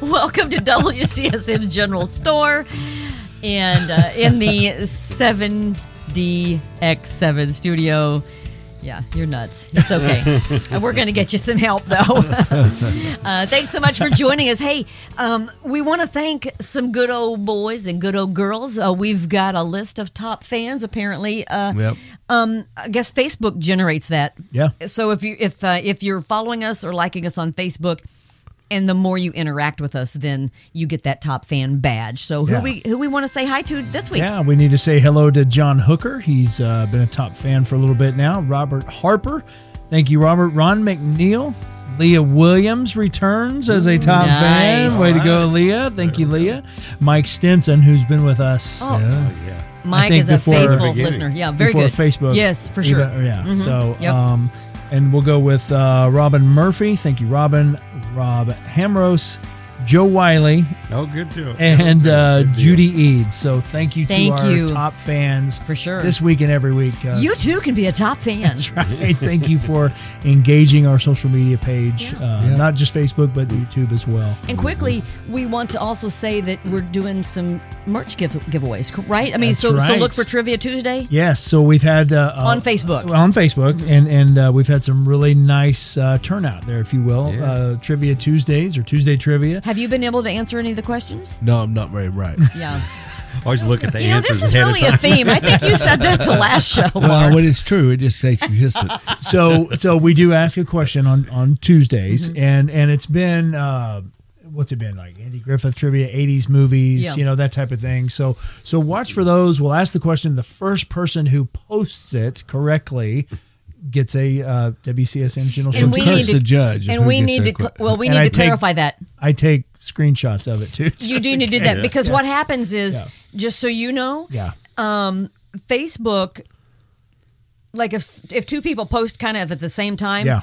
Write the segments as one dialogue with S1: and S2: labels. S1: Welcome to WCSM's General Store and uh, in the 7DX7 studio. Yeah, you're nuts. It's okay. Uh, We're going to get you some help, though. uh, thanks so much for joining us. Hey, um, we want to thank some good old boys and good old girls. Uh, we've got a list of top fans, apparently. Uh,
S2: Yep.
S1: um, I guess Facebook generates that.
S2: Yeah.
S1: So if you if uh, if you're following us or liking us on Facebook, and the more you interact with us, then you get that top fan badge. So who
S2: Yeah.
S1: we who we want to say hi to this week?
S2: Yeah, we need to say hello to John Hooker. He's uh, been a top fan for a little bit now. Robert Harper. Thank you, Robert. Ron McNeil. Leah Williams returns as a top
S1: Nice.
S2: fan. Way to go, Leah. Thank you, Leah. Mike Stinson, who's been with us.
S1: Oh,
S2: I
S1: Mike
S2: think
S1: is a
S2: before-
S1: faithful
S3: Beginning.
S1: listener. Yeah, very
S2: before
S1: good.
S2: Facebook.
S1: Yes, for sure. Mm-hmm.
S2: Even- yeah. So,
S1: Yep.
S2: um, and we'll go with uh, Robin Murphy. Thank you, Robin. Rob Hamros, Joe Wiley,
S3: Oh, good deal.
S2: and uh,
S3: Good deal.
S2: Judy Eads. So, thank you to
S1: Thank
S2: our
S1: you.
S2: top fans
S1: For sure.
S2: this week and every week. Uh,
S1: You too can be a top fan.
S2: That's right. Thank you for engaging our social media page, uh,
S3: Yeah.
S2: not just Facebook, but YouTube as well.
S1: And quickly, we want to also say that we're doing some merch give- giveaways, c- right? I mean,
S2: That's
S1: so so
S2: right.
S1: look for Trivia Tuesday.
S2: Yes, so we've had uh, uh,
S1: On Facebook. Mm-hmm.
S2: uh, on Facebook, and and uh, we've had some really nice uh, turnout there, if you will.
S3: Yeah.
S2: Uh, trivia Tuesdays or Tuesday Trivia.
S1: Have you been able to answer any of the questions?
S4: No, I'm not very right.
S1: Yeah.
S3: Always look at the
S1: you know,
S3: answers
S1: this is
S3: ahead
S1: really
S3: of
S1: a
S3: time.
S1: theme. I think you said that the last show.
S4: well, when it's true, it just stays consistent.
S2: So so we do ask a question on on Tuesdays,
S1: Mm-hmm.
S2: and and it's been. Uh, What's it been like? Andy Griffith trivia, '80s movies,
S1: Yeah.
S2: you know that type of thing. So, so watch for those. We'll ask the question. The first person who posts it correctly gets a uh, WCSN General
S1: And
S2: Store
S1: we
S2: curse.
S1: need
S4: Curse
S1: to
S4: the judge if
S1: And
S4: who
S1: we
S4: gets
S1: need to
S4: their
S1: cl-
S4: que-
S1: well, we
S2: And
S1: need
S2: I
S1: to
S2: take-
S1: clarify that.
S2: I take screenshots of it too.
S1: You
S2: just
S1: do
S2: in
S1: need to do
S2: case.
S1: that because what
S2: Yes.
S1: happens is
S2: Yeah.
S1: just so you know,
S2: Yeah.
S1: um, Facebook, like if if two people post kind of at the same time,
S2: Yeah.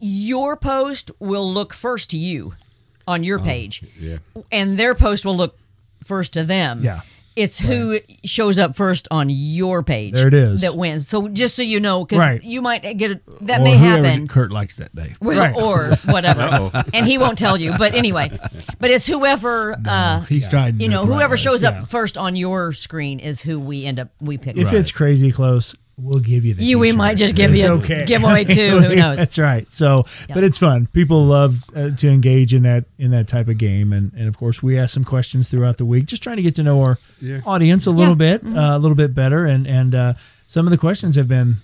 S1: your post will look first to you on
S2: Oh,
S1: your page,
S3: yeah.
S1: and their post will look first to them.
S2: Yeah.
S1: It's who shows up first on your page.
S2: There it is.
S1: That wins. So just so you know, because
S2: Right.
S1: you might get a, that
S4: or
S1: may
S4: whoever
S1: happen.
S4: Kurt likes that day.
S1: Well,
S2: Right.
S1: or whatever, and he won't tell you. But anyway, but it's whoever uh,
S4: He's trying. To
S1: you
S4: do it
S1: know,
S4: the right
S1: whoever
S4: way.
S1: shows
S2: Yeah.
S1: up first on your screen is who we end up we pick.
S2: If it's crazy close, we'll give you the.
S1: you, we
S2: t-shirt.
S1: might just give
S2: It's
S1: you
S2: okay.
S1: give away two. Who knows?
S2: That's right. So, but it's fun. People love uh, to engage in that in that type of game, and and of course we ask some questions throughout the week, just trying to get to know our
S3: Yeah.
S2: audience a little
S1: Yeah. Mm-hmm.
S2: bit, uh, a little bit better, and and uh, some of the questions have been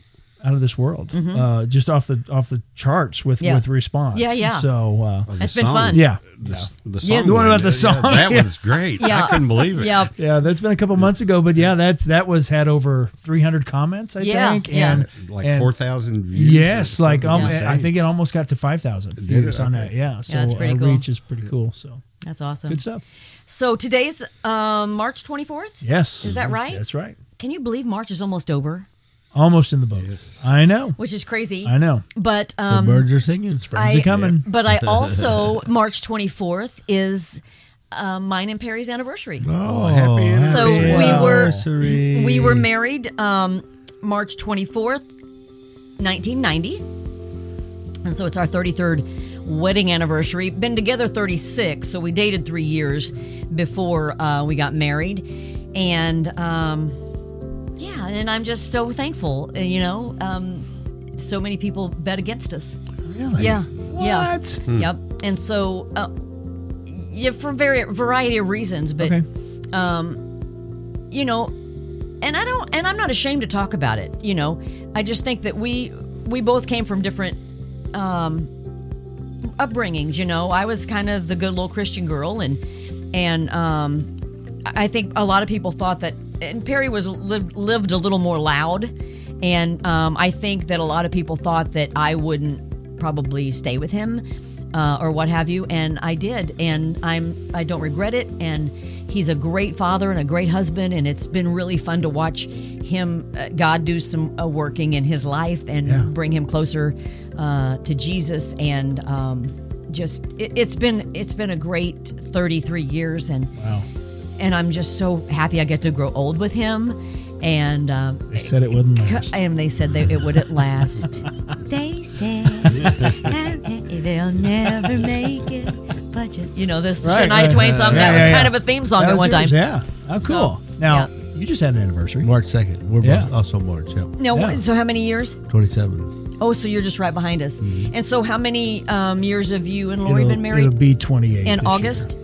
S2: out of this world, uh, just off the off the charts with
S1: Mm-hmm. Yeah.
S2: with response.
S1: Yeah, yeah.
S2: So uh,
S3: Oh, the
S1: That's been
S3: song.
S1: fun.
S2: yeah,
S3: The, the song.
S1: Yes.
S2: The one about
S3: one,
S2: the song.
S3: Yeah, that
S2: Yeah.
S3: was great.
S1: Yeah.
S3: I couldn't believe it.
S1: Yeah,
S2: Yeah, that's been a couple months ago, but yeah, that's that was had over 300 comments, I
S1: Yeah,
S2: think.
S1: yeah.
S2: And
S3: Like
S2: and-
S3: 4,000 views.
S2: Yes,
S3: or
S2: like
S3: something
S2: um,
S3: insane.
S2: I think it almost got to 5,000
S3: it?
S2: views on
S3: Okay.
S2: that. Yeah, so
S1: that's pretty
S2: our
S1: cool.
S2: reach is pretty cool. So
S1: that's awesome.
S2: good stuff.
S1: So today's um, March twenty fourth.
S2: Yes,
S1: Is that right?
S2: That's right.
S1: Can you believe March is almost over?
S2: Almost in the boat. I know.
S1: Which is crazy.
S2: I know.
S1: But
S4: The
S1: um,
S4: birds are singing. Spring's
S1: I-
S4: a
S2: coming.
S1: but I also March twenty fourth is uh, mine and Perry's anniversary.
S3: Oh, happy anniversary.
S1: So we were
S4: Anniversary.
S1: we were married um, March 24th, 1990. And so it's our 33rd wedding anniversary. Been together 36, so we dated 3 years before uh, we got married. And um, yeah, and I'm just so thankful, uh, you know, um, so many people bet against us.
S2: Really?
S1: Yeah. Yeah.
S2: What?
S1: Yep. And so uh, yeah, for very variety of reasons, but um,
S2: Okay.
S1: you know and i don't and i'm not ashamed to talk about it you know i just think that we we both came from different um upbringings you know i was kind of the good little christian girl and and um i think a lot of people thought that and perry was lived, lived a little more loud and um i think that a lot of people thought that i wouldn't probably stay with him uh, or what have you and i did and i'm i don't regret it and he's a great father and a great husband and it's been really fun to watch him uh, god do some uh, working in his life and
S2: Yeah.
S1: bring him closer uh, to jesus and um, just it, it's been it's been a great 33 years and
S2: Wow.
S1: and i'm just so happy i get to grow old with him and um,
S2: They said it wouldn't last.
S1: and they said that it would at last. they said that they'll never make it, budget. You know, this
S2: Right,
S1: Shania
S2: right,
S1: Twain
S2: right,
S1: song
S2: right.
S1: that
S2: Yeah,
S1: was
S2: yeah,
S1: kind
S2: yeah.
S1: of a theme song
S2: That
S1: at
S2: was
S1: one time.
S2: yours, Yeah. How cool. now, you just had an anniversary.
S4: March 2nd. We're
S2: Yeah.
S4: both also March, yeah.
S1: No,
S2: Yeah.
S1: so how many years?
S4: 27.
S1: Oh, so you're just right behind us. And so, how many um, years have you and Lori
S2: Mm-hmm. it'll,
S1: been married?
S2: It'll be 28 this
S1: in
S2: year.
S1: August?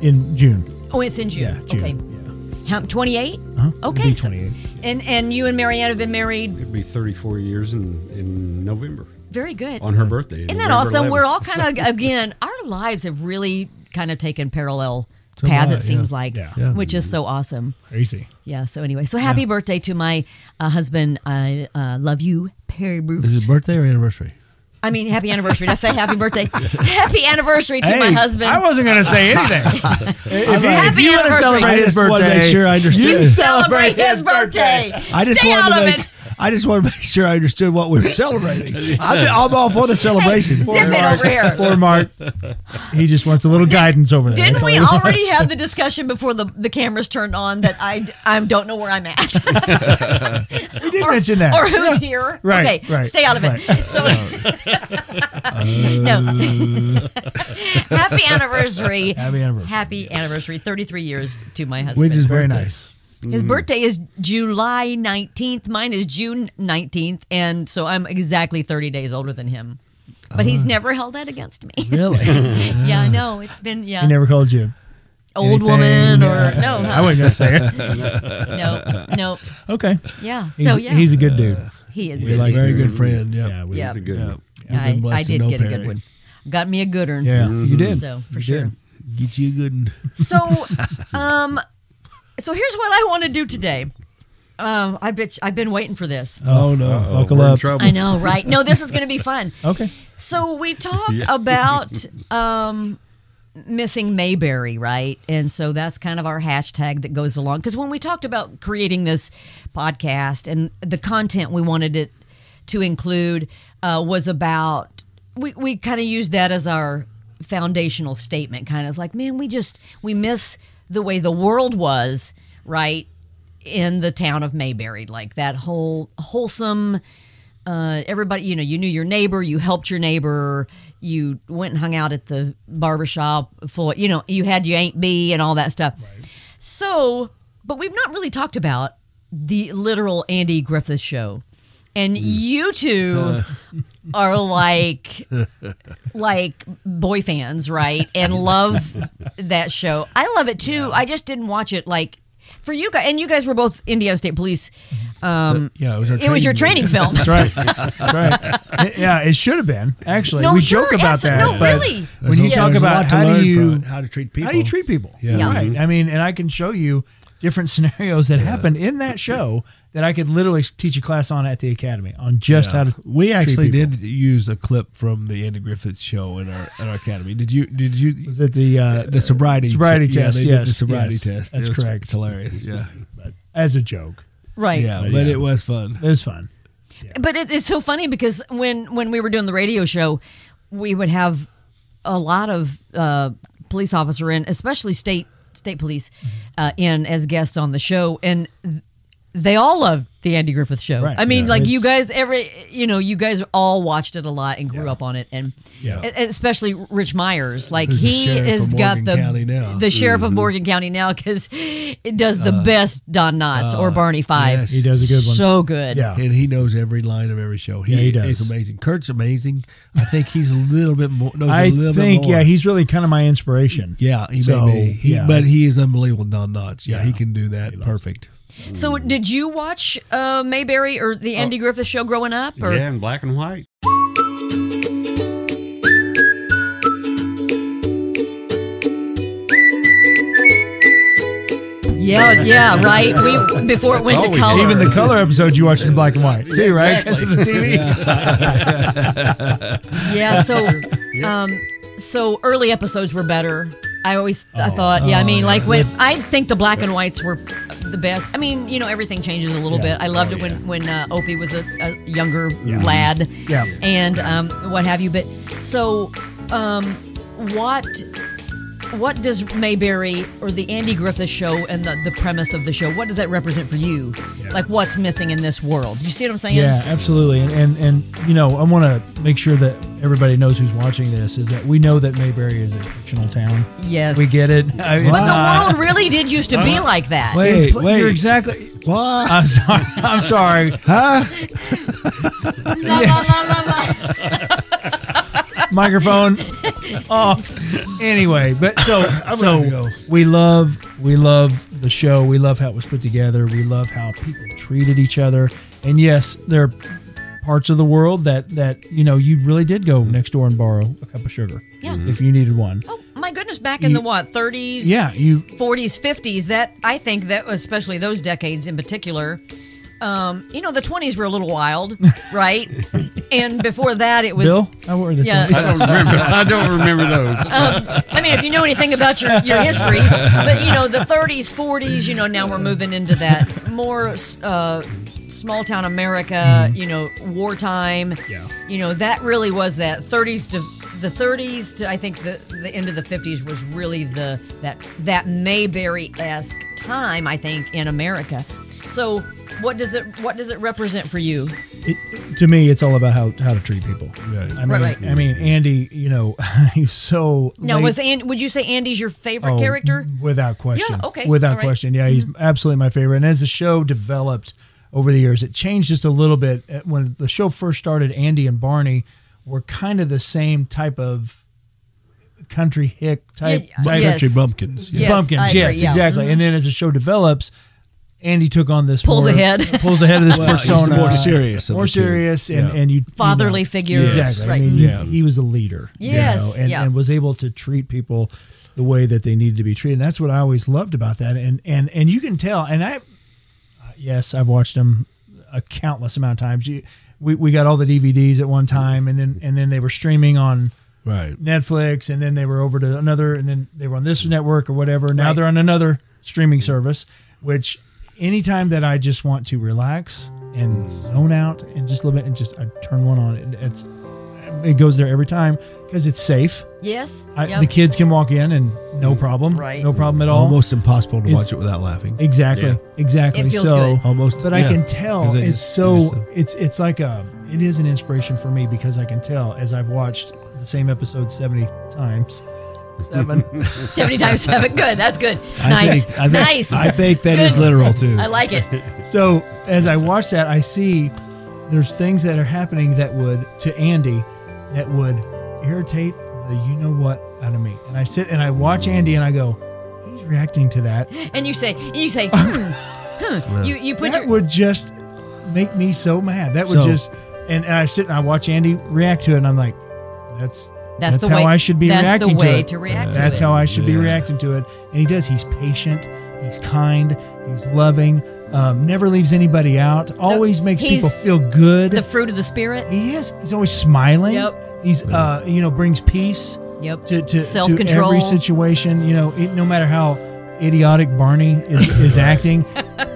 S2: In June.
S1: Oh, it's in June.
S2: Yeah, June.
S1: Okay.
S2: Yeah.
S1: How, 28?
S2: Uh-huh. It'll
S1: Okay.
S2: be
S1: so-
S2: 28.
S1: and and you and Marianne have been married
S3: It'd be 34 years in, in November
S1: very good.
S3: on her birthday.
S1: Isn't that awesome? We're all kind of, again, our lives have really kind of taken parallel
S4: a
S1: paths,
S4: lot,
S1: it seems
S4: yeah.
S1: like,
S2: Yeah.
S4: Yeah.
S1: which is so awesome.
S2: Crazy.
S1: Yeah. So, anyway, so happy birthday to my uh, husband. I uh, love you, Perry Bruce.
S4: Is it birthday or anniversary?
S1: I mean, happy anniversary. Did I say happy birthday? happy anniversary to my
S2: Hey,
S1: husband.
S2: I wasn't going to say anything. if, he- if
S1: Happy
S2: you want to
S1: anniversary.
S2: celebrate
S1: I
S2: his
S4: just wanted
S2: birthday,
S4: to make sure
S2: You
S4: I understood.
S1: celebrate his birthday.
S4: I just
S1: Stay out
S4: wanted
S1: of
S4: to
S1: it.
S4: make, I just wanted to make sure I understood what we were celebrating. I'm, I'm all for the
S1: Hey,
S4: celebration.
S1: zip it over here.
S2: Poor Mark. He just wants a little guidance over there.
S1: Didn't
S2: That's
S1: we
S2: all he
S1: already
S2: wants.
S1: have the discussion before the, the cameras turned on that I, I don't know where I'm at
S2: We did mention that.
S1: or who's here?
S2: Right,
S1: Okay,
S2: right,
S1: stay out of it. So, no. happy anniversary.
S2: Happy anniversary.
S1: Happy anniversary. 33 years to my husband.
S2: Which is Mm. very
S4: birthday.
S2: nice.
S1: His birthday is July 19th. Mine is June 19th. And so I'm exactly 30 days older than him. But he's never held that against me.
S2: Ah. Really? he
S1: yeah, I know. It's been, yeah,
S2: never called you.
S1: old
S2: anything,
S1: woman or
S2: uh,
S1: no,
S2: I
S1: huh?
S2: wasn't going to say
S1: no,
S2: it.
S1: no.
S2: Okay.
S1: Yeah.
S2: He's,
S1: So, yeah,
S2: He's a good dude.
S1: he is
S2: we
S1: good.
S2: like
S4: Very
S2: him.
S4: Uh, good friend, yeah.
S2: Yeah. we-
S1: Yeah.
S3: It's a good
S4: Yeah.
S3: one.
S4: You've
S1: I,
S4: been blessed
S1: I
S4: to
S1: did
S4: know
S1: get a good
S4: Perry.
S1: one. Got me a good one.
S2: Yeah, you did.
S1: So, for
S2: You
S1: sure.
S2: did.
S4: Get you a good one.
S1: So, um, so here's what I want to do today. Um, I bet you- I've been waiting for this.
S4: Oh, no.
S3: Uh-oh,
S2: Buckle
S3: we're in
S2: up.
S3: trouble.
S1: I know, right? No, this is going to be fun.
S2: Okay.
S1: So we talk
S3: Yeah.
S1: about um, missing Mayberry, right? And so that's kind of our hashtag that goes along. Because when we talked about creating this podcast and the content we wanted it to include uh, was about, we, we kind of used that as our foundational statement. Kind of like, man, we just, we miss the way the world was, right? In the town of Mayberry, like that whole wholesome, uh, everybody, you know, you knew your neighbor, you helped your neighbor, you went and hung out at the barbershop for, you know, you had your Aunt B and all that stuff. So, but we've not really talked about the literal Andy Griffith show. And you two are like like boy fans, right? And love that show. I love it too. I just didn't watch it like for you guys and you guys were both Indiana State Police um
S4: Yeah, it was our
S1: it was your
S4: training
S1: training film.
S2: That's right. That's right. It- yeah, it should have been. Actually,
S1: No,
S2: we
S1: sure,
S2: joke about
S1: absolute-
S2: that.
S1: no,
S2: but
S1: really.
S2: When you
S1: There's a-
S2: talk
S1: there's a
S2: about
S4: lot to
S2: how do
S4: learn
S2: you
S4: from it, how to treat people.
S2: how do you treat people?
S4: Yeah. Yeah.
S2: right. I mean, and I can show you different scenarios that happened in that show that I could literally teach a class on at the academy on just how to.
S4: we
S2: treat
S4: actually
S2: people.
S4: did use a clip from the Andy Griffith show in our in our academy. Did you? Did you?
S2: Was it the uh,
S4: the sobriety
S2: sobriety
S4: yeah,
S2: test?
S4: they did
S2: yes,
S4: the sobriety
S2: yes.
S4: test.
S2: That's
S4: It was-
S2: correct.
S4: It's hilarious. Yeah,
S2: As a joke,
S1: Right.
S4: yeah, but,
S2: yeah.
S4: it was fun.
S2: it was fun.
S1: But it, it's so funny because when when we were doing the radio show, we would have a lot of uh, police officer in, especially state state police, uh, in as guests on the show, and th- they all loved the Andy Griffith Show.
S2: Right.
S1: I mean,
S2: Yeah.
S1: like you
S2: It's-
S1: guys, every you know, you guys all watched it a lot and grew up on it, and
S4: Yeah.
S1: and- and especially Rich Myers, like
S4: Who's the
S1: he
S4: sheriff
S1: has
S4: of
S1: got
S4: Morgan
S1: the
S4: County now.
S1: the sheriff of Morgan County now because it does the best Don Knotts or Barney Five.
S4: yes.
S2: He does a good one.
S1: So good.
S2: Yeah.
S4: And he knows every line of every show. He,
S2: Yeah, he does.
S4: It's amazing. Kurt's amazing. I think he's a little bit more. Knows a
S2: I
S4: little
S2: think
S4: bit more.
S2: yeah, he's really kind of my inspiration.
S4: yeah, he
S2: So,
S4: may be. He,
S2: yeah.
S4: But he is unbelievable. Don Knotts. Yeah, he can do that perfect.
S1: So,
S3: Hmm.
S1: did you watch uh, Mayberry or the Andy Griffith Show growing up? Or
S3: Oh. Yeah, in black and white.
S1: yeah, yeah, right. We before it went
S3: all
S1: to
S3: Oh, we
S1: color.
S3: did.
S2: Even the color episode you watched in black and white too, right?
S1: Exactly.
S2: Because of the TV.
S1: yeah, so, um, so early episodes were better. I always I thought, yeah, I mean,
S2: Oh,
S1: like when I think the black and whites were the best. I mean, you know, everything changes a little bit. I loved it when when uh, Opie was a, a younger lad,
S2: Oh, Yeah.
S1: and um, what have you. But so, um, what? What does Mayberry or the Andy Griffith show and the, the premise of the show, what does that represent for you? Like what's missing in this world? You see what I'm saying?
S2: Yeah, absolutely. And and, and you know, I want to make sure that everybody knows who's watching this is that we know that Mayberry is a fictional town.
S1: Yes.
S2: We get it. I- It's
S1: The
S2: not-
S1: world really did used to
S2: uh,
S1: be like that.
S4: Wait,
S2: Pl-
S4: wait.
S2: You're exactly.
S3: What?
S2: I'm sorry. I'm sorry.
S1: La, la,
S2: yes.
S1: la, la, la.
S2: Microphone off. Anyway, but so
S4: ready to
S2: so
S4: go.
S2: we love we love the show. We love how it was put together. We love how people treated each other. And yes, there are parts of the world that that you know you really did go next door and borrow a cup of sugar
S1: Yeah.
S2: if you needed one.
S1: Oh my goodness! Back in the what thirties?
S2: Yeah, you
S1: 40s, 50s, that I think that especially those decades in particular, um, you know, the 20s were a little wild, right? and before that, it was.
S2: Bill. How were the
S1: Yeah.
S2: toys?
S3: I don't remember. I don't remember those.
S1: Um, I mean, if you know anything about your, your history, but you know, the 30s, 40s, you know, now we're moving into that more uh, small town America, you know, wartime.
S2: Mm-hmm. Yeah.
S1: You know, that really was that 30s to the 30s to I think the the end of the 50s was really the that that Mayberry esque time I think in America. So what does it what does it represent for you?
S2: it, to me, it's all about how, how to treat people.
S4: Right.
S2: I mean,
S1: Right, right.
S2: I mean, Andy, you know, he's so.
S1: Now
S2: late-
S1: was and would you say Andy's your favorite
S2: Oh,
S1: character?
S2: without question.
S1: Yeah, okay, all
S2: Without
S1: right. Mm-hmm.
S2: question. Yeah, he's absolutely my favorite. And as the show developed over the years, it changed just a little bit. At- When the show first started, Andy and Barney were kind of the same type of country hick type.
S1: Yeah,
S2: type
S1: yes.
S4: Country bumpkins.
S1: Yes,
S2: Bumpkins,
S1: I agree,
S2: yes,
S1: yeah. Mm-hmm.
S2: exactly. And then as the show develops, Andy took on this
S1: Pulls
S2: more-
S1: ahead.
S2: pulls ahead of this
S4: Well, he's the
S2: persona,
S4: more serious of
S2: more
S4: the two.
S2: serious, and
S4: Yeah.
S2: and you
S1: Fatherly
S2: you know,
S1: figure,
S2: exactly.
S1: right.
S2: I mean, he-
S4: Yeah.
S2: he, was a leader, you
S1: Yes,
S2: know, and,
S1: yeah.
S2: and was able to treat people the way that they needed to be treated. And that's what I always loved about that, and and and you can tell. And I, uh, yes, I've watched them a countless amount of times. You, we we got all the DVDs at one time, and then and then they were streaming on.
S4: Right.
S2: Netflix, and then they were over to another, and then they were on this network or whatever. Now
S1: Right.
S2: they're on another streaming service, which anytime that I just want to relax and zone out and just live it and just I turn one on. It, it's it goes there every time because it's safe.
S1: Yes.
S2: I,
S1: Yep.
S2: The kids can walk in and no problem,
S1: Right.
S2: No problem at all.
S4: Mm. Almost impossible to
S2: It's-
S4: watch it without laughing.
S2: Exactly.
S4: Yeah.
S2: Exactly.
S1: It feels
S2: so
S1: good.
S4: Almost.
S2: but I
S4: yeah.
S2: can tell
S4: 'Cause they
S2: it's
S4: just-
S2: so
S4: just uh, the-
S2: it's it's like a it is an inspiration for me because I can tell as I've watched the same episode seventy times. Seven.
S1: 70 times 7. Good. That's good.
S4: I
S1: Nice.
S4: think, I think,
S1: nice.
S4: I think that is
S1: Good.
S4: literal too.
S1: I like it.
S2: so as I watch that, I see there's things that are happening that would to Andy that would irritate the you know what out of me. And I sit and I watch Andy and I go, he's reacting to that.
S1: And you say, you say, hmm, hmm. You, you put
S2: that
S1: your.
S2: would just make me so mad. That would
S4: So-
S2: just and, and I sit and I watch Andy react to it, and I'm like, that's
S1: That's
S2: that's,
S1: the
S2: how
S1: way-
S2: I should be
S1: that's the
S2: reacting to
S1: way
S2: it.
S1: to react to
S2: that's
S1: it.
S2: how I should be
S4: Yeah.
S2: reacting to it. And he does. He's patient. He's kind. He's loving. Um, never leaves anybody out. Always makes
S1: he's
S2: people feel good.
S1: the fruit of the spirit.
S2: he is. He's always smiling.
S1: Yep.
S2: He's uh, you know brings peace
S1: Yep.
S2: to, to
S1: Self
S2: to
S1: control.
S2: every situation. You know, it, no matter how idiotic Barney is, is acting,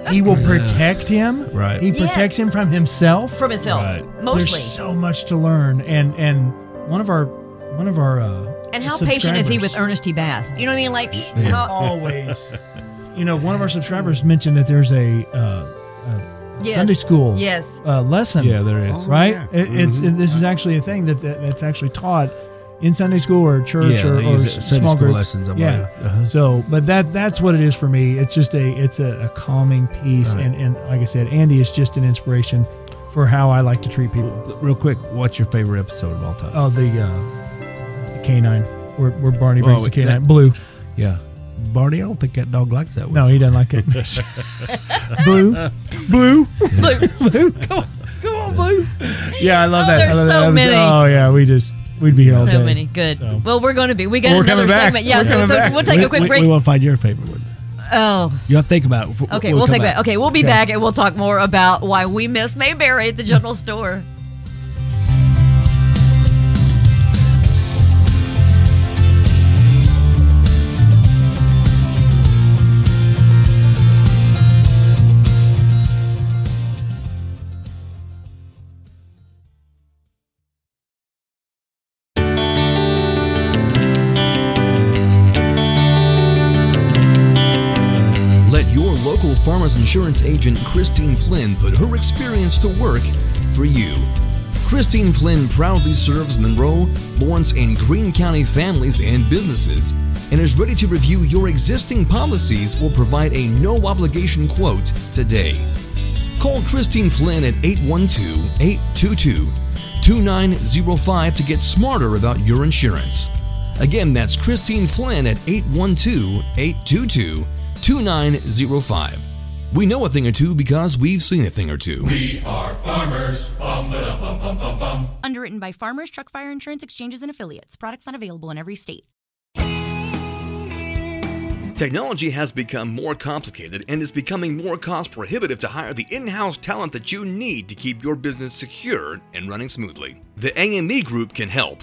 S2: he will protect him.
S4: Right.
S2: He
S1: Yes.
S2: protects him from himself.
S1: From itself.
S4: Right.
S1: Mostly.
S2: There's so much to learn, and and one of our one of our uh,
S1: and how patient is he with
S2: subscribers
S1: Ernest T. Bass? You know what I mean? Like, how,
S2: Always, you know, one of our subscribers mentioned that there's a. Uh,
S1: yes.
S2: Sunday school
S1: Yes.
S2: uh, lesson.
S4: Yeah, there is. Mm-hmm.
S2: Right?
S3: Oh, yeah.
S2: It, it's it, this is actually a thing that, that that's actually taught in Sunday school or church
S4: Yeah,
S2: or,
S4: they
S2: or
S4: use
S2: s-
S4: it- Sunday
S2: small
S4: school
S2: groups.
S4: lessons, I'm
S2: yeah.
S4: right. Uh-huh.
S2: So, but that that's what it is for me. It's just a it's a, a calming piece,
S4: Right.
S2: and and like I said, Andy is just an inspiration for how I like to treat people.
S4: Real quick, what's your favorite episode of all time?
S2: Oh, the uh, the canine. Where, where Barney brings
S4: Oh,
S2: the
S4: that-
S2: canine blue.
S4: Yeah. Barney, I don't think that dog likes that one.
S2: No, he doesn't like it. blue, blue,
S1: Look,
S2: blue. Come on, come on, blue. Yeah, I love
S1: Oh,
S2: that. I
S1: there's
S2: love that.
S1: so
S2: That was-
S1: many.
S2: Oh yeah, we just we'd be here all
S1: so
S2: day.
S1: many. Good.
S2: So.
S1: Well, we're going to be. We got
S2: We're
S1: another
S2: coming back.
S1: segment. Yeah.
S2: We're
S1: So,
S2: coming
S1: so
S2: back.
S1: we'll take
S4: we,
S1: a quick
S4: we-
S1: break.
S4: We want to find your favorite one.
S1: oh.
S4: You have to think about it. F-
S1: Okay,
S4: we'll
S1: we'll,
S4: come
S1: take that. Okay, we'll be
S2: Okay.
S1: back and we'll talk more about why we miss Mayberry at the general store.
S5: Let your local farmers insurance agent, Christine Flynn, put her experience to work for you. Christine Flynn proudly serves Monroe, Lawrence, and Greene County families and businesses and is ready to review your existing policies or provide a no obligation quote today. Call Christine Flynn at 812 822 2905 to get smarter about your insurance. Again, that's Christine Flynn at 812 822 2905. We know a thing or two because we've seen a thing or two.
S6: Underwritten by Farmers Truck Fire Insurance Exchanges and Affiliates. Products not available in every state.
S5: Technology has become more complicated and is becoming more cost prohibitive to hire the in house talent that you need to keep your business secure and running smoothly. The AME Group can help.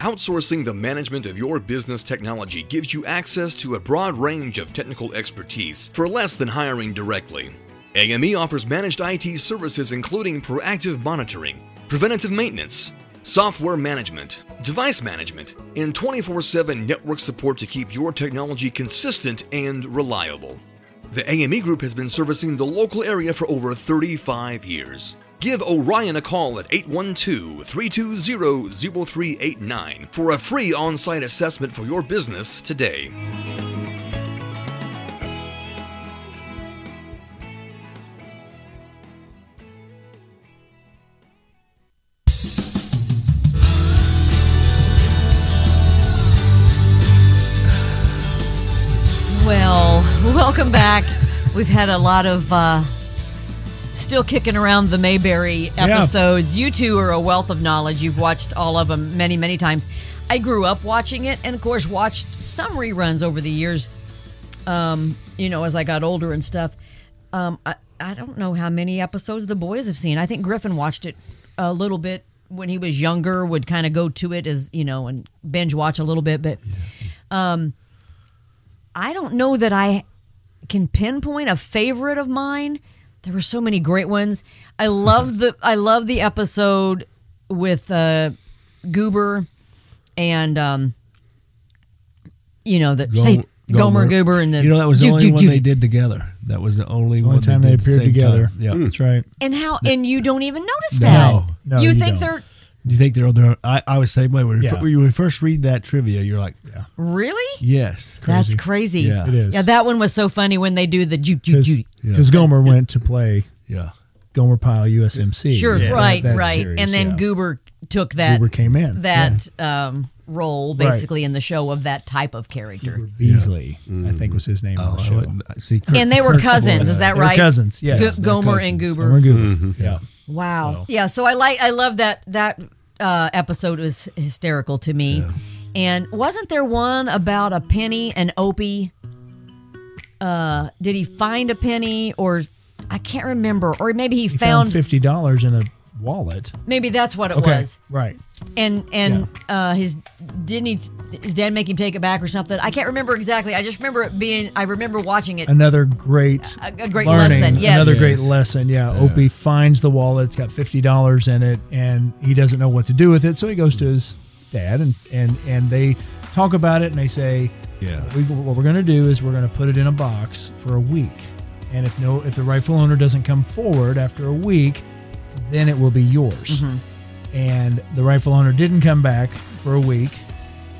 S5: Outsourcing the management of your business technology gives you access to a broad range of technical expertise for less than hiring directly. AME E offers managed IT services including proactive monitoring, preventative maintenance, software management, device management, and 24 7 network support to keep your technology consistent and reliable. The AME Group has been servicing the local area for over 35 years. Give Orion a call at 812 320 0389 for a free on site assessment for your business today.
S1: Well, welcome back. We've had a lot of uh, still kicking around the Mayberry episodes. You two are a wealth of knowledge. You've watched all of them many, many times. I grew up watching it, and of course, watched some reruns over the years. Um, you know, as I got older and stuff. Um, I, I don't know how many episodes the boys have seen. I think Griffin watched it a little bit when he was younger. Would kind of go to it as you know and binge watch a little bit, but. I don't know that I can pinpoint a favorite of mine. There were so many great ones. I love the I love the episode with uh, Goober and um, you know the say Gomer, Goober and the
S4: you know that was the
S1: Duke,
S4: only
S1: Duke,
S4: one
S1: Duke.
S4: they did together. That was the only,
S2: Only
S4: one
S2: time they
S4: they, did at the
S2: appeared
S4: same
S2: together. Hmm.
S4: time. Yeah,
S1: Hmm.
S2: That's right.
S1: and how and you don't even notice
S4: No.
S1: that.
S2: No,
S1: you,
S2: you
S1: think
S2: don't.
S1: they're
S4: Do you think they're on their? I, I was saying, when, we
S2: Yeah.
S4: fir- when you first read that trivia, you're like,
S1: really?
S4: yes,
S1: That's crazy.
S4: Yeah.
S2: It is.
S1: Yeah, that one was so funny when they do the juke juke
S2: Because
S1: juke.
S2: Gomer went to play
S4: yeah.
S2: Gomer Pyle USMC.
S1: Sure,
S2: That-
S1: right,
S2: that
S1: right.
S2: series,
S1: and then
S2: yeah.
S1: Goober took that
S2: Goober came in.
S1: that um, role
S2: Right.
S1: basically in the show of that type of character.
S2: Beasley, I think was his name on
S4: Oh,
S2: the
S4: I
S2: show.
S4: wouldn't- see, Kirk-
S1: And they were
S2: Kirk's
S1: cousins,
S2: boy.
S1: is that
S2: They were
S1: right?
S2: cousins, yes.
S1: Go-
S2: They're
S1: Gomer
S4: cousins.
S1: and Goober.
S2: Gomer Goober.
S4: Mm-hmm.
S2: Yeah.
S1: Wow. Yeah. So I like I love that that uh, episode was hysterical to me. And wasn't there one about a penny and Opie? Uh, did he find a penny or I can't remember, or maybe he,
S2: He
S1: found,
S2: found fifty dollars in a wallet.
S1: maybe that's what it
S2: Okay.
S1: was.
S2: Right.
S1: and and uh, his didn't he his dad make him take it back or something? I can't remember exactly. I just remember it being. I remember watching it.
S2: Another great
S1: A- a great
S2: learning,
S1: lesson, yes.
S2: Another great
S4: Yes.
S2: lesson. Yeah. Opie finds the wallet, it's got fifty dollars in it, and he doesn't know what to do with it, so he goes to his dad and and, and they talk about it and they say,
S4: Yeah.
S2: we, what we're going to do is we're going to put it in a box for a week, and if no, if the rightful owner doesn't come forward after a week, then it will be yours.
S1: Mm-hmm.
S2: And the rightful owner didn't come back for a week.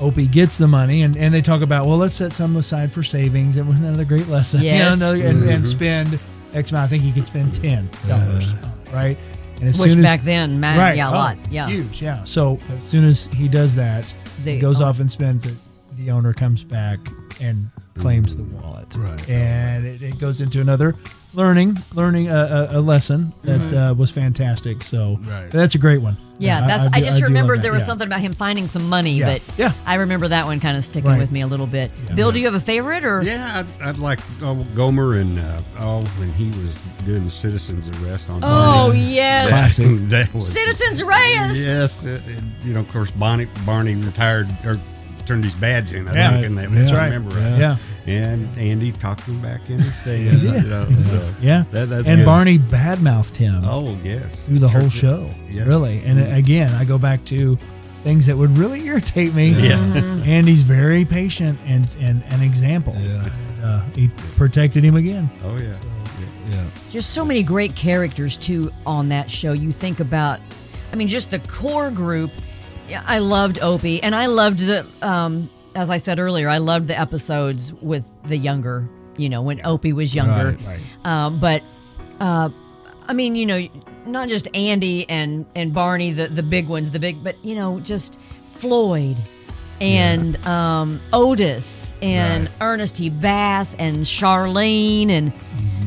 S2: Opie gets the money, and, and they talk about well, let's set some aside for savings. And another great lesson, You know,
S1: Yes.
S2: another- and, and spend X amount. I think you could spend ten dollars, right? And as
S1: Which
S2: soon as,
S1: back then, man, yeah, a lot, yeah.
S2: Oh, huge, yeah. So as soon as he does that,
S1: They
S2: he goes
S1: own-
S2: off and spends it. The owner comes back and claims the wallet,
S4: Right.
S2: and it, it goes into another learning, learning uh, a, a, a lesson that uh, was fantastic. So
S4: Right.
S2: that's a great one.
S1: Yeah, that's. I,
S2: do-
S1: just
S2: do love
S1: remembered
S2: that,
S1: there was
S2: yeah.
S1: something about him finding some money,
S2: Yeah.
S1: but
S2: Yeah.
S1: I remember that one kind of sticking
S2: Right.
S1: with me a little bit. Bill, do you have a favorite or?
S3: Yeah, I'd, I'd like oh, Gomer and uh, oh, when he was doing the citizens arrest on.
S1: Oh
S3: Barney.
S1: yes,
S3: That- that was-
S1: Citizens Arrest.
S3: Yes, it- it- you know, of course, Barney, Barney retired or turned his badge in. I
S2: Yeah.
S3: think, and that,
S2: That's
S3: if I
S2: right.
S3: remember
S2: Yeah.
S3: right.
S2: Yeah.
S3: and Andy talked him back in his day. you know, so
S2: Yeah,
S3: that- that's
S2: and
S3: good.
S2: Barney badmouthed him.
S3: Oh yes,
S2: through the whole
S3: Church-
S2: show.
S3: Yeah.
S2: Really. And again, I go back to things that would really irritate me.
S3: Yeah.
S1: Mm-hmm.
S2: And he's very patient and and an example.
S4: Yeah.
S2: Uh, he protected him again.
S3: Oh yeah.
S4: Yeah.
S1: Just so many great characters too on that show. You think about, I I mean, just the core group. Yeah, I loved Opie, and I loved the, um, as I said earlier, I loved the episodes with the younger, you know, when Opie was younger.
S2: Right,
S1: Um, but, uh, I mean, you know, not just Andy and and Barney, the the big ones, the big, but you know, just Floyd and um, Otis and Ernest T. Bass and Charlene and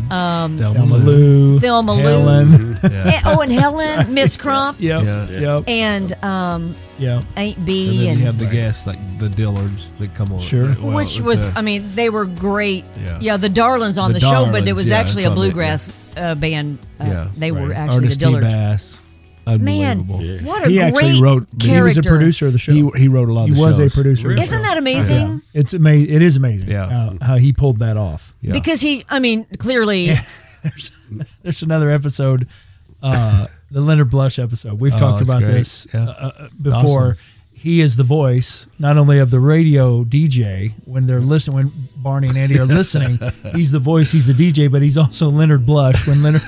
S2: Thelma Lou,
S1: Thelma Lou.
S2: Helen.
S1: and- oh, and Helen, Miss Crump,
S2: Yep,
S4: Yeah.
S2: yep,
S1: and um,
S2: yeah.
S1: Aunt
S4: And
S1: B,
S4: then
S1: and,
S4: you have the guests like the Dillards that come on.
S2: Sure.
S4: Well,
S1: which
S4: it's
S1: was,
S4: a-
S1: I mean, they were great.
S4: Yeah.
S1: the Darlings on the,
S4: The
S1: show, but it
S4: Darlings,
S1: was
S4: yeah,
S1: actually
S4: that's
S1: a
S4: what I meant, yeah.
S1: bluegrass uh, band. Uh,
S4: yeah,
S1: they were
S4: right.
S1: actually
S4: Ernest
S1: the
S4: T.
S1: Dillards.
S4: Bass,
S1: Man,
S4: unbelievable.
S1: what a
S2: He
S1: great
S2: actually wrote.
S1: character!
S2: He was a producer of the show.
S4: He he wrote a lot.
S2: He
S4: of the
S2: was
S4: shows.
S2: a producer. of the
S3: Really?
S1: Isn't
S2: show.
S1: that amazing?
S4: Yeah.
S2: It's amazing. It is amazing.
S4: Yeah.
S2: How, how he pulled that off.
S4: Yeah.
S1: Because he, I mean, clearly,
S2: There's another episode, uh, the Leonard Blush episode. We've
S4: Oh,
S2: talked
S4: it's
S2: about
S4: great.
S2: this
S4: Yeah.
S2: uh, uh, before.
S4: Awesome.
S2: He is the voice not only of the radio DJ when they're listening, when Barney and Andy are listening. he's the voice. He's the DJ, but he's also Leonard Blush when Leonard.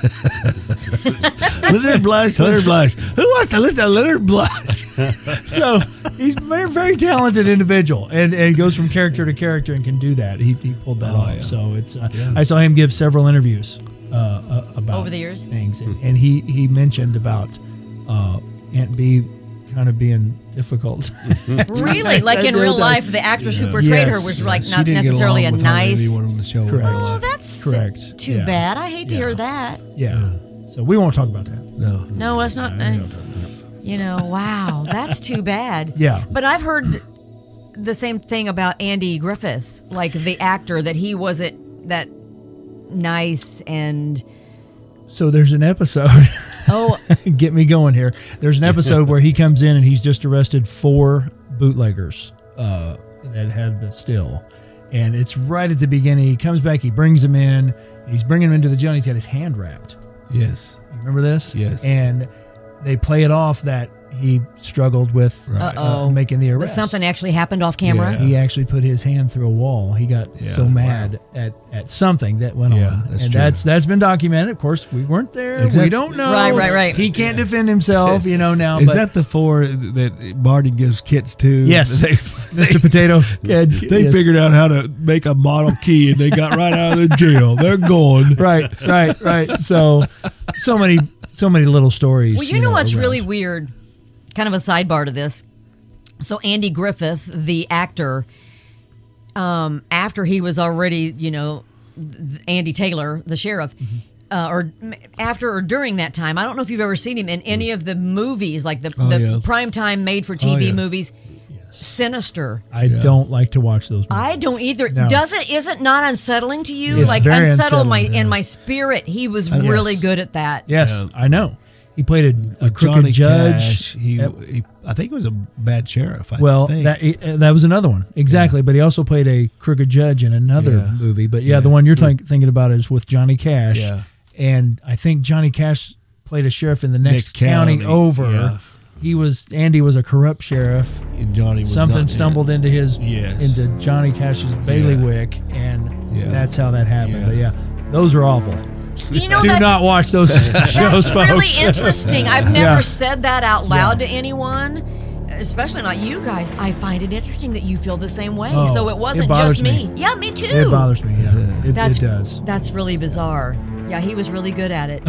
S4: Leonard Blush, Leonard Blush. Who wants to listen to Leonard Blush?
S2: so he's a very, very talented individual and, and goes from character to character and can do that. He, he pulled that off.
S4: yeah.
S2: So it's uh, I saw him give several interviews uh, uh, about
S1: Over the years?
S2: things, and, and he he mentioned about uh, Aunt B kind of being difficult.
S1: really, like in
S2: That's
S1: real
S2: right.
S1: life, the actress who portrayed her
S2: Yes.
S1: was like
S4: She
S1: not
S4: didn't get
S1: necessarily a
S4: along with hardly
S1: nice.
S4: anyone on the show.
S2: Correct.
S1: Well, Oh, that's
S2: Correct.
S1: Too
S2: Yeah.
S1: bad. I hate to
S2: Yeah.
S1: hear that.
S2: yeah. So we won't talk about that.
S4: No.
S1: No, that's not. uh, you know, wow, that's too bad.
S2: Yeah.
S1: But I've heard the same thing about Andy Griffith, like the actor, that he wasn't that nice and
S2: So there's an episode.
S1: oh,
S2: get me going here. There's an episode where he comes in and he's just arrested four bootleggers uh, that had the still, and it's right at the beginning. He comes back, he brings them in, he's bringing them into the jail. And he's got his hand wrapped.
S4: Yes.
S2: You remember this?
S4: Yes.
S2: And they play it off that he struggled with
S4: Right.
S2: uh, making the
S1: but
S2: arrest.
S1: something actually happened off camera.
S4: Yeah.
S2: He actually put his hand through a wall. He got
S4: Yeah.
S2: so mad at, at something that went
S4: Yeah,
S2: on,
S4: that's
S2: and
S4: true.
S2: that's that's been documented. Of course, we weren't there. We
S4: Exactly.
S2: don't know.
S1: Right, right, right.
S2: He can't defend himself, you know. Now,
S4: Is
S2: but
S4: that the four that Barney gives kits to?
S2: Yes.
S4: They,
S2: Mr. Potato Head?
S4: they
S2: Yes.
S4: figured out how to make a model key and they got right out of the jail. They're going.
S2: Right, right, right. So, so many, so many little stories.
S1: Well, you know what's
S2: around.
S1: really weird? Kind of a sidebar to this. So Andy Griffith, the actor, um, after he was already, you know, th- Andy Taylor, the sheriff,
S2: Mm-hmm.
S1: uh, or m- after or during that time, I don't know if you've ever seen him in any of the movies, like the,
S4: Oh,
S1: the
S4: yeah.
S1: primetime made for TV
S4: yeah.
S1: movies. Sinister.
S2: Oh, I don't like to watch those. Movies.
S1: I don't either.
S2: No.
S1: Doesn't isn't not unsettling to you?
S2: It's
S1: like
S2: very
S1: unsettle my
S2: unsettling, yeah. Uh,
S1: in my spirit. He was really good at that.
S2: Yes,
S4: Yeah.
S2: I know. He played a, a crooked
S4: Uh, Johnny
S2: judge.
S4: Cash, he,
S2: Yep.
S4: he, I think it was a bad sheriff. I
S2: Well,
S4: think.
S2: that uh, that was another one exactly. But he also played a crooked judge in another
S4: Yeah.
S2: movie. But yeah,
S4: Yeah.
S2: the one you're think, thinking about is with Johnny Cash.
S4: Yeah.
S2: and I think Johnny Cash played a sheriff in the next
S4: Next
S2: county,
S4: county,
S2: over.
S4: yeah.
S2: He was Andy was a corrupt sheriff.
S4: and Johnny was
S2: Something
S4: not-
S2: stumbled into his
S4: Yes.
S2: into Johnny Cash's bailiwick, and
S4: Yeah.
S2: that's how that happened.
S4: Yeah.
S2: But yeah, those are awful.
S1: You know
S2: Do
S1: that's
S2: not watch those shows,
S1: That's
S2: folks.
S1: really interesting. I've never
S2: Yeah.
S1: said that out loud to anyone, especially not you guys. I find it interesting that you feel the same way.
S2: Oh,
S1: so it
S2: it
S1: wasn't
S2: bothers
S1: just me.
S2: me.
S1: Yeah, me too.
S2: It bothers me. Yeah, it,
S1: that's,
S2: it does. Oh,
S1: That's really bizarre. Yeah, he was really good at it.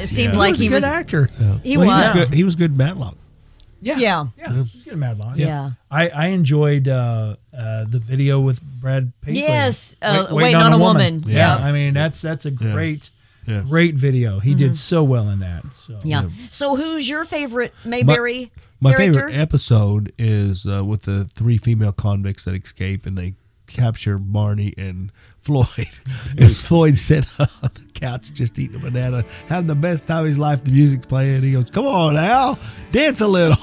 S1: It seemed
S4: Yeah.
S1: like
S2: he was a good actor.
S1: He
S4: Well,
S1: was.
S4: He was good, he was good Matlock.
S2: Yeah.
S1: Yeah.
S2: Yeah. He's good at Mad Lion.
S1: Yeah. Yeah.
S2: I, I enjoyed uh, uh, the video with Brad Paisley.
S1: Yes, uh,
S2: Wait-
S1: Waiting on a Woman.
S2: Yeah.
S1: Yeah.
S2: I mean, that's that's a great,
S4: Yeah.
S2: great video. He did so well in that. So.
S1: Mm-hmm. Yeah. So who's your favorite Mayberry
S4: My
S1: character?
S4: favorite episode is uh, with the three female convicts that escape and they capture Barney and Floyd. and Floyd sitting on the couch just eating a banana, having the best time of his life. The music's playing. He goes, Come on, Al, dance a little.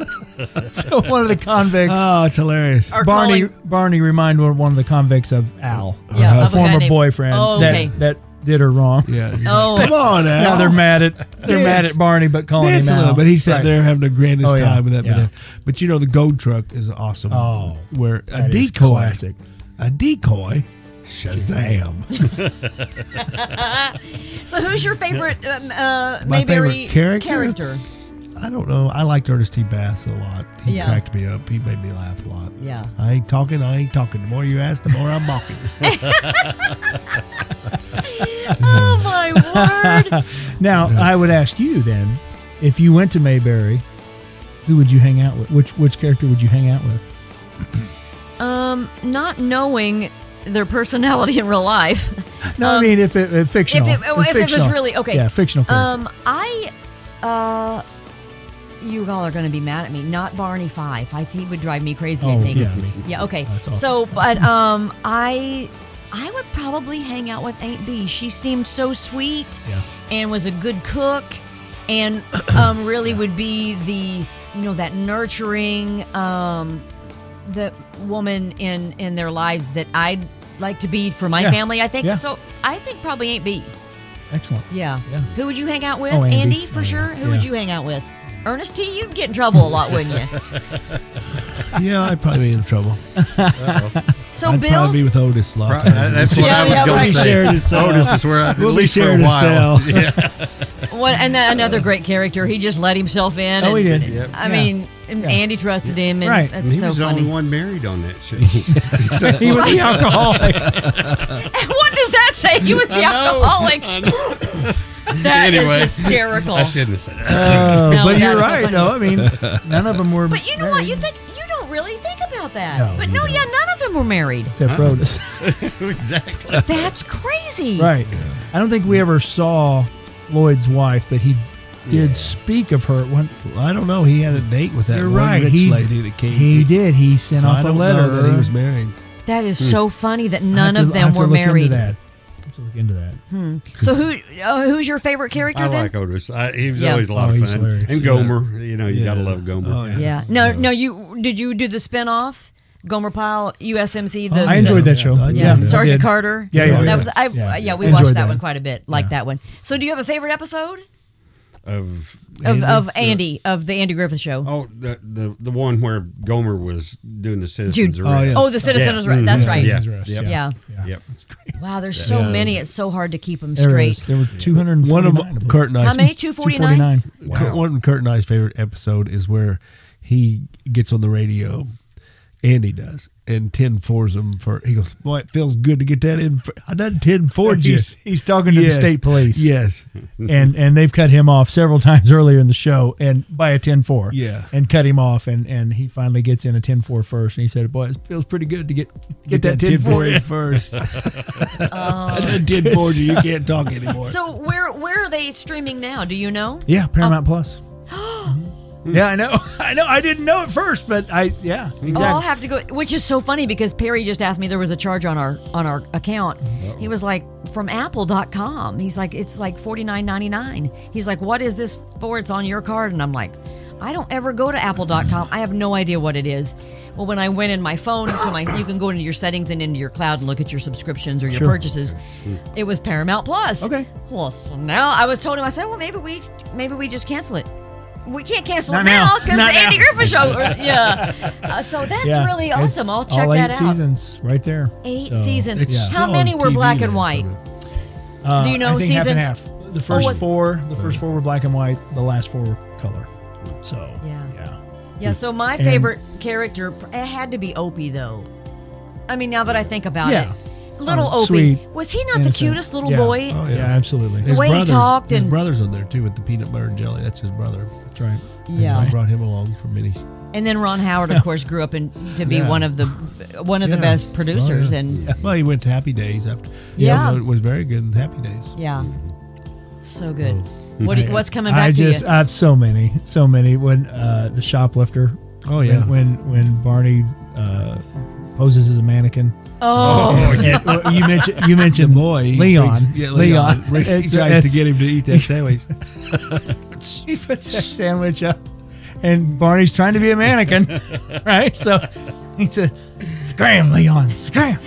S2: so one of the convicts,
S1: Uh,
S4: oh, it's hilarious.
S1: Or
S2: Barney
S1: calling-
S2: Barney reminded one one of the convicts of Al,
S1: Yeah, of
S2: her
S1: a guy
S2: former
S1: named-
S2: boyfriend
S1: Oh, okay.
S2: that that did her wrong.
S4: Yeah. he's
S1: Oh.
S4: like, Come on, Al.
S2: Now they're mad at they're mad
S4: Dance.
S2: at Barney, but calling
S4: Dance
S2: him
S4: a
S2: Al.
S4: little, but he's sitting
S2: Right.
S4: there having the grandest
S2: Oh, yeah.
S4: time with that
S2: Yeah.
S4: banana. But you know, the gold truck is awesome.
S2: Oh,
S4: where a
S2: that is
S4: decoy,
S2: classic.
S4: a decoy, Shazam!
S1: So who's your favorite um, uh,
S4: My
S1: Mayberry
S4: favorite character?
S1: character?
S4: I don't know. I liked Ernest T. Bass a lot. He
S1: Yeah.
S4: cracked me up. He made me laugh a lot.
S1: Yeah.
S4: I ain't talking. I ain't talking. The more you ask, the more I'm mocking.
S1: Oh my word!
S2: Now, I would ask you then, if you went to Mayberry, who would you hang out with? Which which character would you hang out with?
S1: um, not knowing their personality in real life.
S2: No, I mean if it, if fictional.
S1: Um, If it, oh, if it was
S2: fictional.
S1: really okay,
S2: Yeah, fictional
S1: Um,
S2: character.
S1: I, uh, you all are going to be mad at me. Not Barney Fife. I he would drive me crazy. I
S2: Oh,
S1: think.
S2: yeah, me too.
S1: Yeah, Okay.
S2: That's awful.
S1: So, but um, I, I would probably hang out with Aunt B. She seemed so sweet
S2: Yeah.
S1: and was a good cook, and um, really would be the you know that nurturing um, the woman in in their lives that I'd like to be for my
S2: Yeah.
S1: family. I think
S2: Yeah.
S1: so. I think probably Aunt B.
S2: Excellent.
S1: Yeah.
S2: Yeah.
S1: Who would you hang out with?
S2: Oh, Andy.
S1: Andy. for sure. Who
S2: Yeah.
S1: would you hang out with? Ernest T, you'd get in trouble a lot, wouldn't you?
S4: yeah, I'd probably be in trouble.
S1: So
S4: I'd
S1: Bill,
S4: probably be with Otis a lot.
S3: Right,
S4: of times.
S3: That's what
S1: Yeah,
S3: I was
S1: yeah,
S3: going
S1: right.
S3: to say.
S4: Shared itself.
S3: Otis is where I,
S4: We'll
S3: at
S4: be
S3: least for
S4: shared
S3: a while.
S4: itself.
S3: Yeah.
S1: what, and that, another great character. He just let himself in.
S2: Oh,
S1: and,
S2: he did.
S3: Yep.
S1: I
S2: Yeah.
S1: mean, and
S2: Yeah.
S1: Andy trusted him, and
S2: Right.
S1: that's
S3: He
S1: so
S3: was the
S1: funny.
S3: only
S1: What
S3: one married on that show.
S2: he was the alcoholic.
S1: does that say? He was the alcoholic. That is
S3: Anyway.
S1: hysterical.
S3: I shouldn't have said that.
S2: Uh,
S1: No,
S2: but
S1: that
S2: you're
S1: is so
S2: right,
S1: funny.
S2: though. I mean, none of them were.
S1: But you know what? You
S2: married,
S1: think you don't really think about that.
S2: No,
S1: but
S2: you
S1: no,
S2: don't.
S1: yeah, none of them were married.
S2: except
S4: Uh-huh.
S2: for Otis.
S3: exactly.
S1: That's crazy.
S2: right. I don't think we ever saw Floyd's wife, but he did speak of her. When,
S4: I don't know. He had a date with that
S2: you're
S4: one
S2: right.
S4: rich
S2: He,
S4: lady that came.
S2: he did. He sent
S4: I
S2: off a
S4: don't
S2: letter
S4: know that he was married.
S1: That is so funny that
S2: Hmm. I
S1: none
S2: have to-
S1: of
S2: I have
S1: them
S2: to
S1: were
S2: look into
S1: married.
S2: that. I have to look into that.
S1: So who uh, who's your favorite character
S3: I
S1: then?
S3: like Otis. I, he was
S1: Yeah.
S3: always a lot
S2: Oh,
S3: of
S2: he's
S3: fun.
S2: hilarious.
S3: And Gomer, you know, you
S4: Yeah.
S3: gotta love Gomer.
S4: Oh, yeah.
S1: Yeah. No, no, you did you do the spinoff? Gomer Pyle, USMC. The,
S2: Oh, I enjoyed that show.
S4: Yeah, I did.
S2: Yeah,
S1: Yeah,
S4: I
S1: Sergeant
S2: did.
S1: Carter.
S2: Yeah, yeah,
S1: that
S2: yeah.
S1: was I.
S2: Yeah.
S1: Yeah, we
S2: Enjoyed
S1: watched that,
S2: that.
S1: one quite a bit. Like that one. So, do you have a favorite episode
S3: Of
S1: of of Andy of the Andy Griffith Show?
S3: oh the, the the one where Gomer was doing the citizens
S1: Jude.
S3: arrest.
S4: Oh, yeah.
S1: Oh, the Citizens.
S2: Mm-hmm.
S1: Right. That's right.
S3: Yeah.
S1: Yeah.
S2: Citizens Arrest,
S3: Yep.
S1: Yeah.
S3: Yep.
S1: Wow, there's so
S4: Yeah.
S1: many. It's so hard to keep them
S2: There
S1: straight.
S2: is- There were 200.
S4: One of my, Kurt and I.
S1: How many? Two forty nine.
S2: 249.
S4: Kurt- One of Kurt and I's favorite episode is where he gets on the radio. Andy does. And 10 fours him for, he goes, Boy, it feels good to get that in. For, I done 10 fours you.
S2: He's, he's talking to
S4: Yes.
S2: the state police.
S4: Yes.
S2: and and they've cut him off several times earlier in the show and by a 10-4
S4: Yeah.
S2: and cut him off and and he finally gets in a 10-4 first and he said boy it feels pretty good to get get, that 10-4
S4: in
S2: in."
S4: first. I done 10 fours you. You can't talk anymore.
S1: So where where are they streaming now? Do you know?
S2: yeah
S1: Oh.
S2: paramount plus Mhm. yeah i know i know i didn't know at first but i yeah
S1: Oh, I'll
S2: exactly
S1: have to go. Which is so funny because Perry just asked me there was a charge on our on our account. He was like from Apple.com. He's like it's like forty nine ninety nine. He's like, what is this for? It's on your card, and I'm like, I don't ever go to Apple.com. I have no idea what it is. Well, when I went in my phone to my, you can go into your settings and into your cloud and look at your subscriptions or your purchases. It was Paramount Plus.
S2: Okay.
S1: Well, so now I was told him. I said, well, maybe we maybe we just cancel it. We can't cancel
S2: Not
S1: it now
S2: now.
S1: because
S2: Not now.
S1: Andy Griffith show. or- yeah. Uh, so that's
S2: Yeah,
S1: really
S2: it's
S1: awesome. I'll check
S2: all eight
S1: that out.
S2: seasons right there
S1: Eight
S2: So,
S1: seasons.
S4: It's
S1: How
S4: still on
S1: many were
S4: TV
S1: black and
S4: then.
S1: white?
S2: uh,
S1: Do you know
S2: I think half and
S1: seasons? Oh,
S2: half. the first
S1: what-
S2: four the first four were black and white the last four were color so
S1: Yeah.
S2: yeah
S1: Yeah. So my
S2: And-
S1: favorite character pr- it had to be Opie, though. I mean, now that I think about
S2: Yeah.
S1: it, little
S2: Oh,
S1: Opie
S2: sweet,
S1: was he not
S2: Innocent.
S1: the cutest little
S2: Yeah.
S1: boy?
S4: Oh,
S2: yeah.
S4: yeah.
S2: absolutely
S4: His
S1: way he
S4: brother's-
S1: talked
S4: his
S1: and-
S4: brother's on there too with the peanut butter and jelly. That's his brother.
S2: that's right
S1: yeah.
S4: I brought him along for many.
S1: And then Ron Howard, of course, grew up in to be
S4: Yeah.
S1: one of the one of the
S4: Yeah.
S1: best producers,
S4: Oh, yeah.
S1: and
S4: Well, he went to Happy Days after.
S1: Yeah.
S4: it was very good in Happy Days.
S1: yeah, so good. What do you- what's coming back
S2: Oh. I just
S1: to you?
S2: I have so many, so many. When uh, the shoplifter,
S4: Oh, yeah.
S2: when when, when Barney uh, poses as a mannequin.
S1: oh,
S2: And- well, you mentioned you
S4: The
S2: mentioned
S4: boy, he
S2: Leon,
S4: thinks- yeah, Leon. Rick- he
S2: It's-
S4: tries to
S2: it's-
S4: get him to eat that sandwich.
S2: He puts that sandwich up, and Barney's trying to be a mannequin, right? So he says, "Scram, Leon, scram!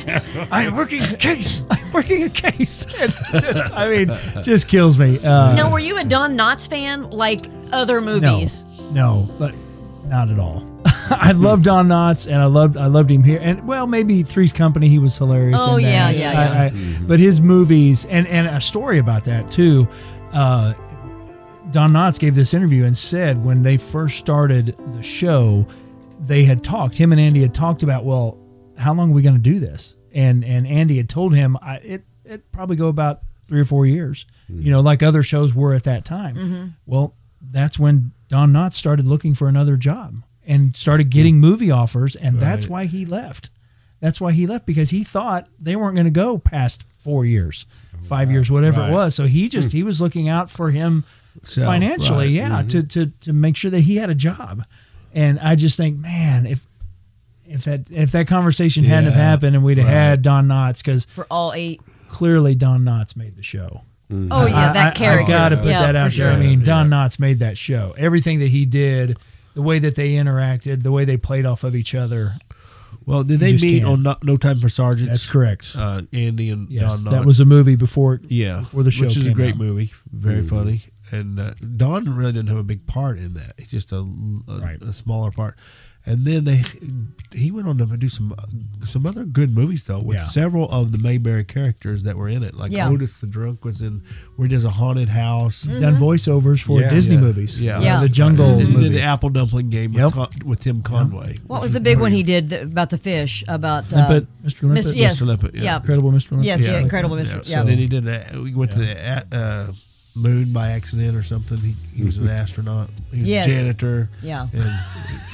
S2: I'm working a case. I'm working a case." And just, I mean, just kills me. Uh,
S1: now were you a Don Knotts fan like other movies?
S2: No, no, but not at all. I loved Don Knotts, and I loved I loved him here, and well, maybe Three's Company. He was hilarious.
S1: Oh,
S2: in
S1: yeah,
S2: that.
S1: yeah,
S2: I- I- But his movies, and and a story about that too. Uh, Don Knotts gave this interview and said when they first started the show, they had talked. Him and Andy had talked about, well, how long are we going to do this? And and Andy had told him I, it it probably go about three or four years, you know, like other shows were at that time. Well, that's when Don Knotts started looking for another job and started getting movie offers, and that's why he left. That's why he left because he thought they weren't going to go past four years, five years, whatever
S4: Right.
S2: it was. So he just he was looking out for him
S4: Self,
S2: financially,
S4: right. Mm-hmm.
S2: yeah, to, to to make sure that he had a job. And I just think, man, if if that if that conversation hadn't have
S4: Yeah,
S2: happened and we'd have
S4: right.
S2: had Don Knotts, because
S1: for all eight.
S2: clearly Don Knotts made the show.
S1: Oh
S2: I-
S1: yeah,
S2: I-
S1: that character.
S2: I, gotta put
S1: yeah,
S2: that
S1: for
S2: out
S1: sure.
S2: there. I mean, Don Knotts made that show. Everything that he did, the way that they interacted, the way they played off of each other.
S4: Well, did they
S2: just
S4: meet
S2: can't.
S4: on no, no Time for Sergeants?
S2: That's correct.
S4: Uh, Andy and
S2: yes,
S4: Don.
S2: that
S4: Knotts?
S2: was a movie before.
S4: yeah,
S2: before the show
S4: which is a
S2: came
S4: great
S2: out. Mm-hmm.
S4: movie, very funny. And uh, Don really didn't have a big part in that; it's just a, l- a-
S2: Right.
S4: a smaller part. And then they, he went on to do some some other good movies though, with
S2: Yeah.
S4: several of the Mayberry characters that were in it. Like
S1: Yeah.
S4: Otis the Drunk was in. Where there's a haunted house.
S2: Done voiceovers for
S3: Yeah,
S2: Disney
S4: yeah.
S2: movies.
S4: Yeah.
S1: Mm-hmm. Yeah.
S2: the Jungle
S4: And he
S2: movie.
S4: did the Apple Dumpling Game
S2: Yep.
S4: with, Con- with Tim Conway.
S1: What was the big one he did that, about the fish? About uh,
S2: Limpet, Mr. Limpet,
S1: Mr. Yes,
S4: Mr. Limpet, yeah.
S1: Yeah.
S2: Incredible Mr. Limpet.
S1: Yes, yeah, Incredible Mr.
S4: So
S1: Yeah.
S4: then he did. A, we went to the uh, moon by accident or something. He, he was an astronaut. He was
S1: Yes.
S4: a janitor.
S1: Yeah.
S4: And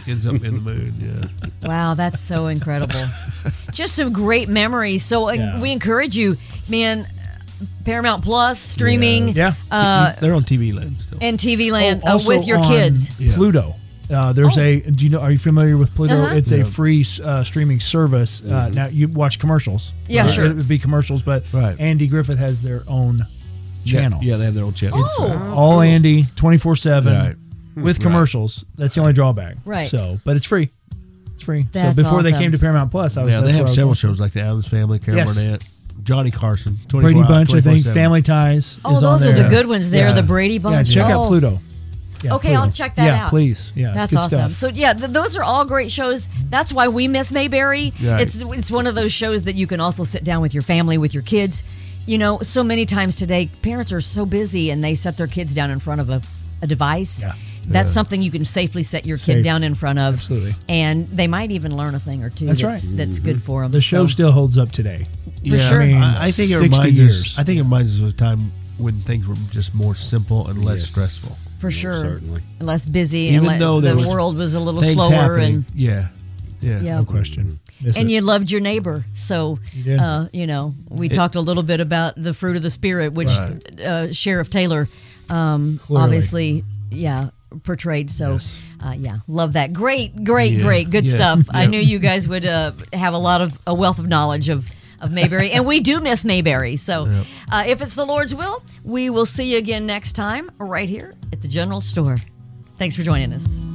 S4: ends up in the moon. Yeah.
S1: Wow, that's so incredible. Just some great memories. So uh,
S2: Yeah.
S1: we encourage you, man. Paramount Plus streaming,
S2: Yeah. Oh,
S1: uh,
S4: They're on TV land still.
S1: and TV Land uh,
S2: Also
S1: with your
S2: on
S1: kids. Oh.
S4: Yeah.
S2: Pluto. Uh, there's a. Do you know? Are you familiar with Pluto?
S1: Uh-huh.
S2: It's a free uh, streaming service.
S4: Mm-hmm.
S2: Uh, now you watch commercials.
S1: Yeah,
S2: Right.
S1: sure.
S2: It would be commercials, but
S4: Right.
S2: Andy Griffith has their own channel.
S4: Yeah, they have their own channel. uh,
S1: Oh.
S2: all Andy, twenty four
S4: Right.
S2: seven, with commercials. That's the only drawback.
S1: Right.
S2: So, but it's free. It's free.
S1: That's
S2: so before they
S1: awesome.
S2: came to Paramount Plus, I was.
S4: yeah,
S2: that's
S4: they
S2: where I
S4: have
S2: was
S4: several
S2: watching.
S4: shows like the Adams Family, Carol
S2: Yes.
S4: Burnett, Johnny Carson, 24
S2: Brady
S4: hour-
S2: Bunch, I think.
S4: 24/7.
S2: Family Ties.
S1: Oh,
S2: is on
S1: those are the
S2: there.
S1: good ones. They're the Brady
S2: Yeah,
S1: Bunch.
S2: check out
S1: Oh,
S2: Pluto. Yeah,
S1: Okay, I'll
S2: Pluto.
S1: check that
S2: yeah,
S1: out.
S2: Please. Yeah, it's
S1: That's
S2: good
S1: awesome.
S2: stuff.
S1: So yeah, th- those are all great shows. That's why we miss Mayberry.
S4: Right.
S1: It's it's one of those shows that you can also sit down with your family, with your kids. You know, so many times today, parents are so busy and they set their kids down in front of a, a device.
S2: Yeah.
S1: That's something you can safely set your
S2: Safe.
S1: kid down in front of.
S2: Absolutely.
S1: And they might even learn a thing or two
S2: That's
S1: that's,
S2: right.
S1: that's good for them.
S2: The show still holds up today.
S1: For
S4: yeah,
S1: sure.
S4: I,
S1: I mean,
S4: I think it
S2: 60
S4: reminds
S2: years.
S4: us. I think it reminds us of a time when things were just more simple and less
S3: Yes.
S4: stressful.
S1: for sure.
S3: certainly.
S1: Less busy
S4: Even
S1: and le-
S4: though there
S1: the
S4: was
S1: world was a little
S4: Things
S1: slower
S4: happening.
S1: and
S4: yeah, yeah,
S1: yeah.
S2: No
S4: Mm.
S2: question. Miss
S1: and
S2: it.
S1: you loved your neighbor. So, you,
S2: did.
S1: uh, you know, we talked a little bit about the fruit of the spirit, which
S4: Right.
S1: uh, Sheriff Taylor um,
S2: Clearly.
S1: obviously, yeah, portrayed. So,
S2: Yes.
S1: uh, yeah, love that. Great, great,
S4: Yeah.
S1: great, good
S4: Yeah.
S1: stuff. I
S4: Yeah.
S1: knew you guys would uh, have a lot of a wealth of knowledge of. Of Mayberry, and we do miss Mayberry. So, uh, if it's the Lord's will, we will see you again next time right here at the General Store. Thanks for joining us.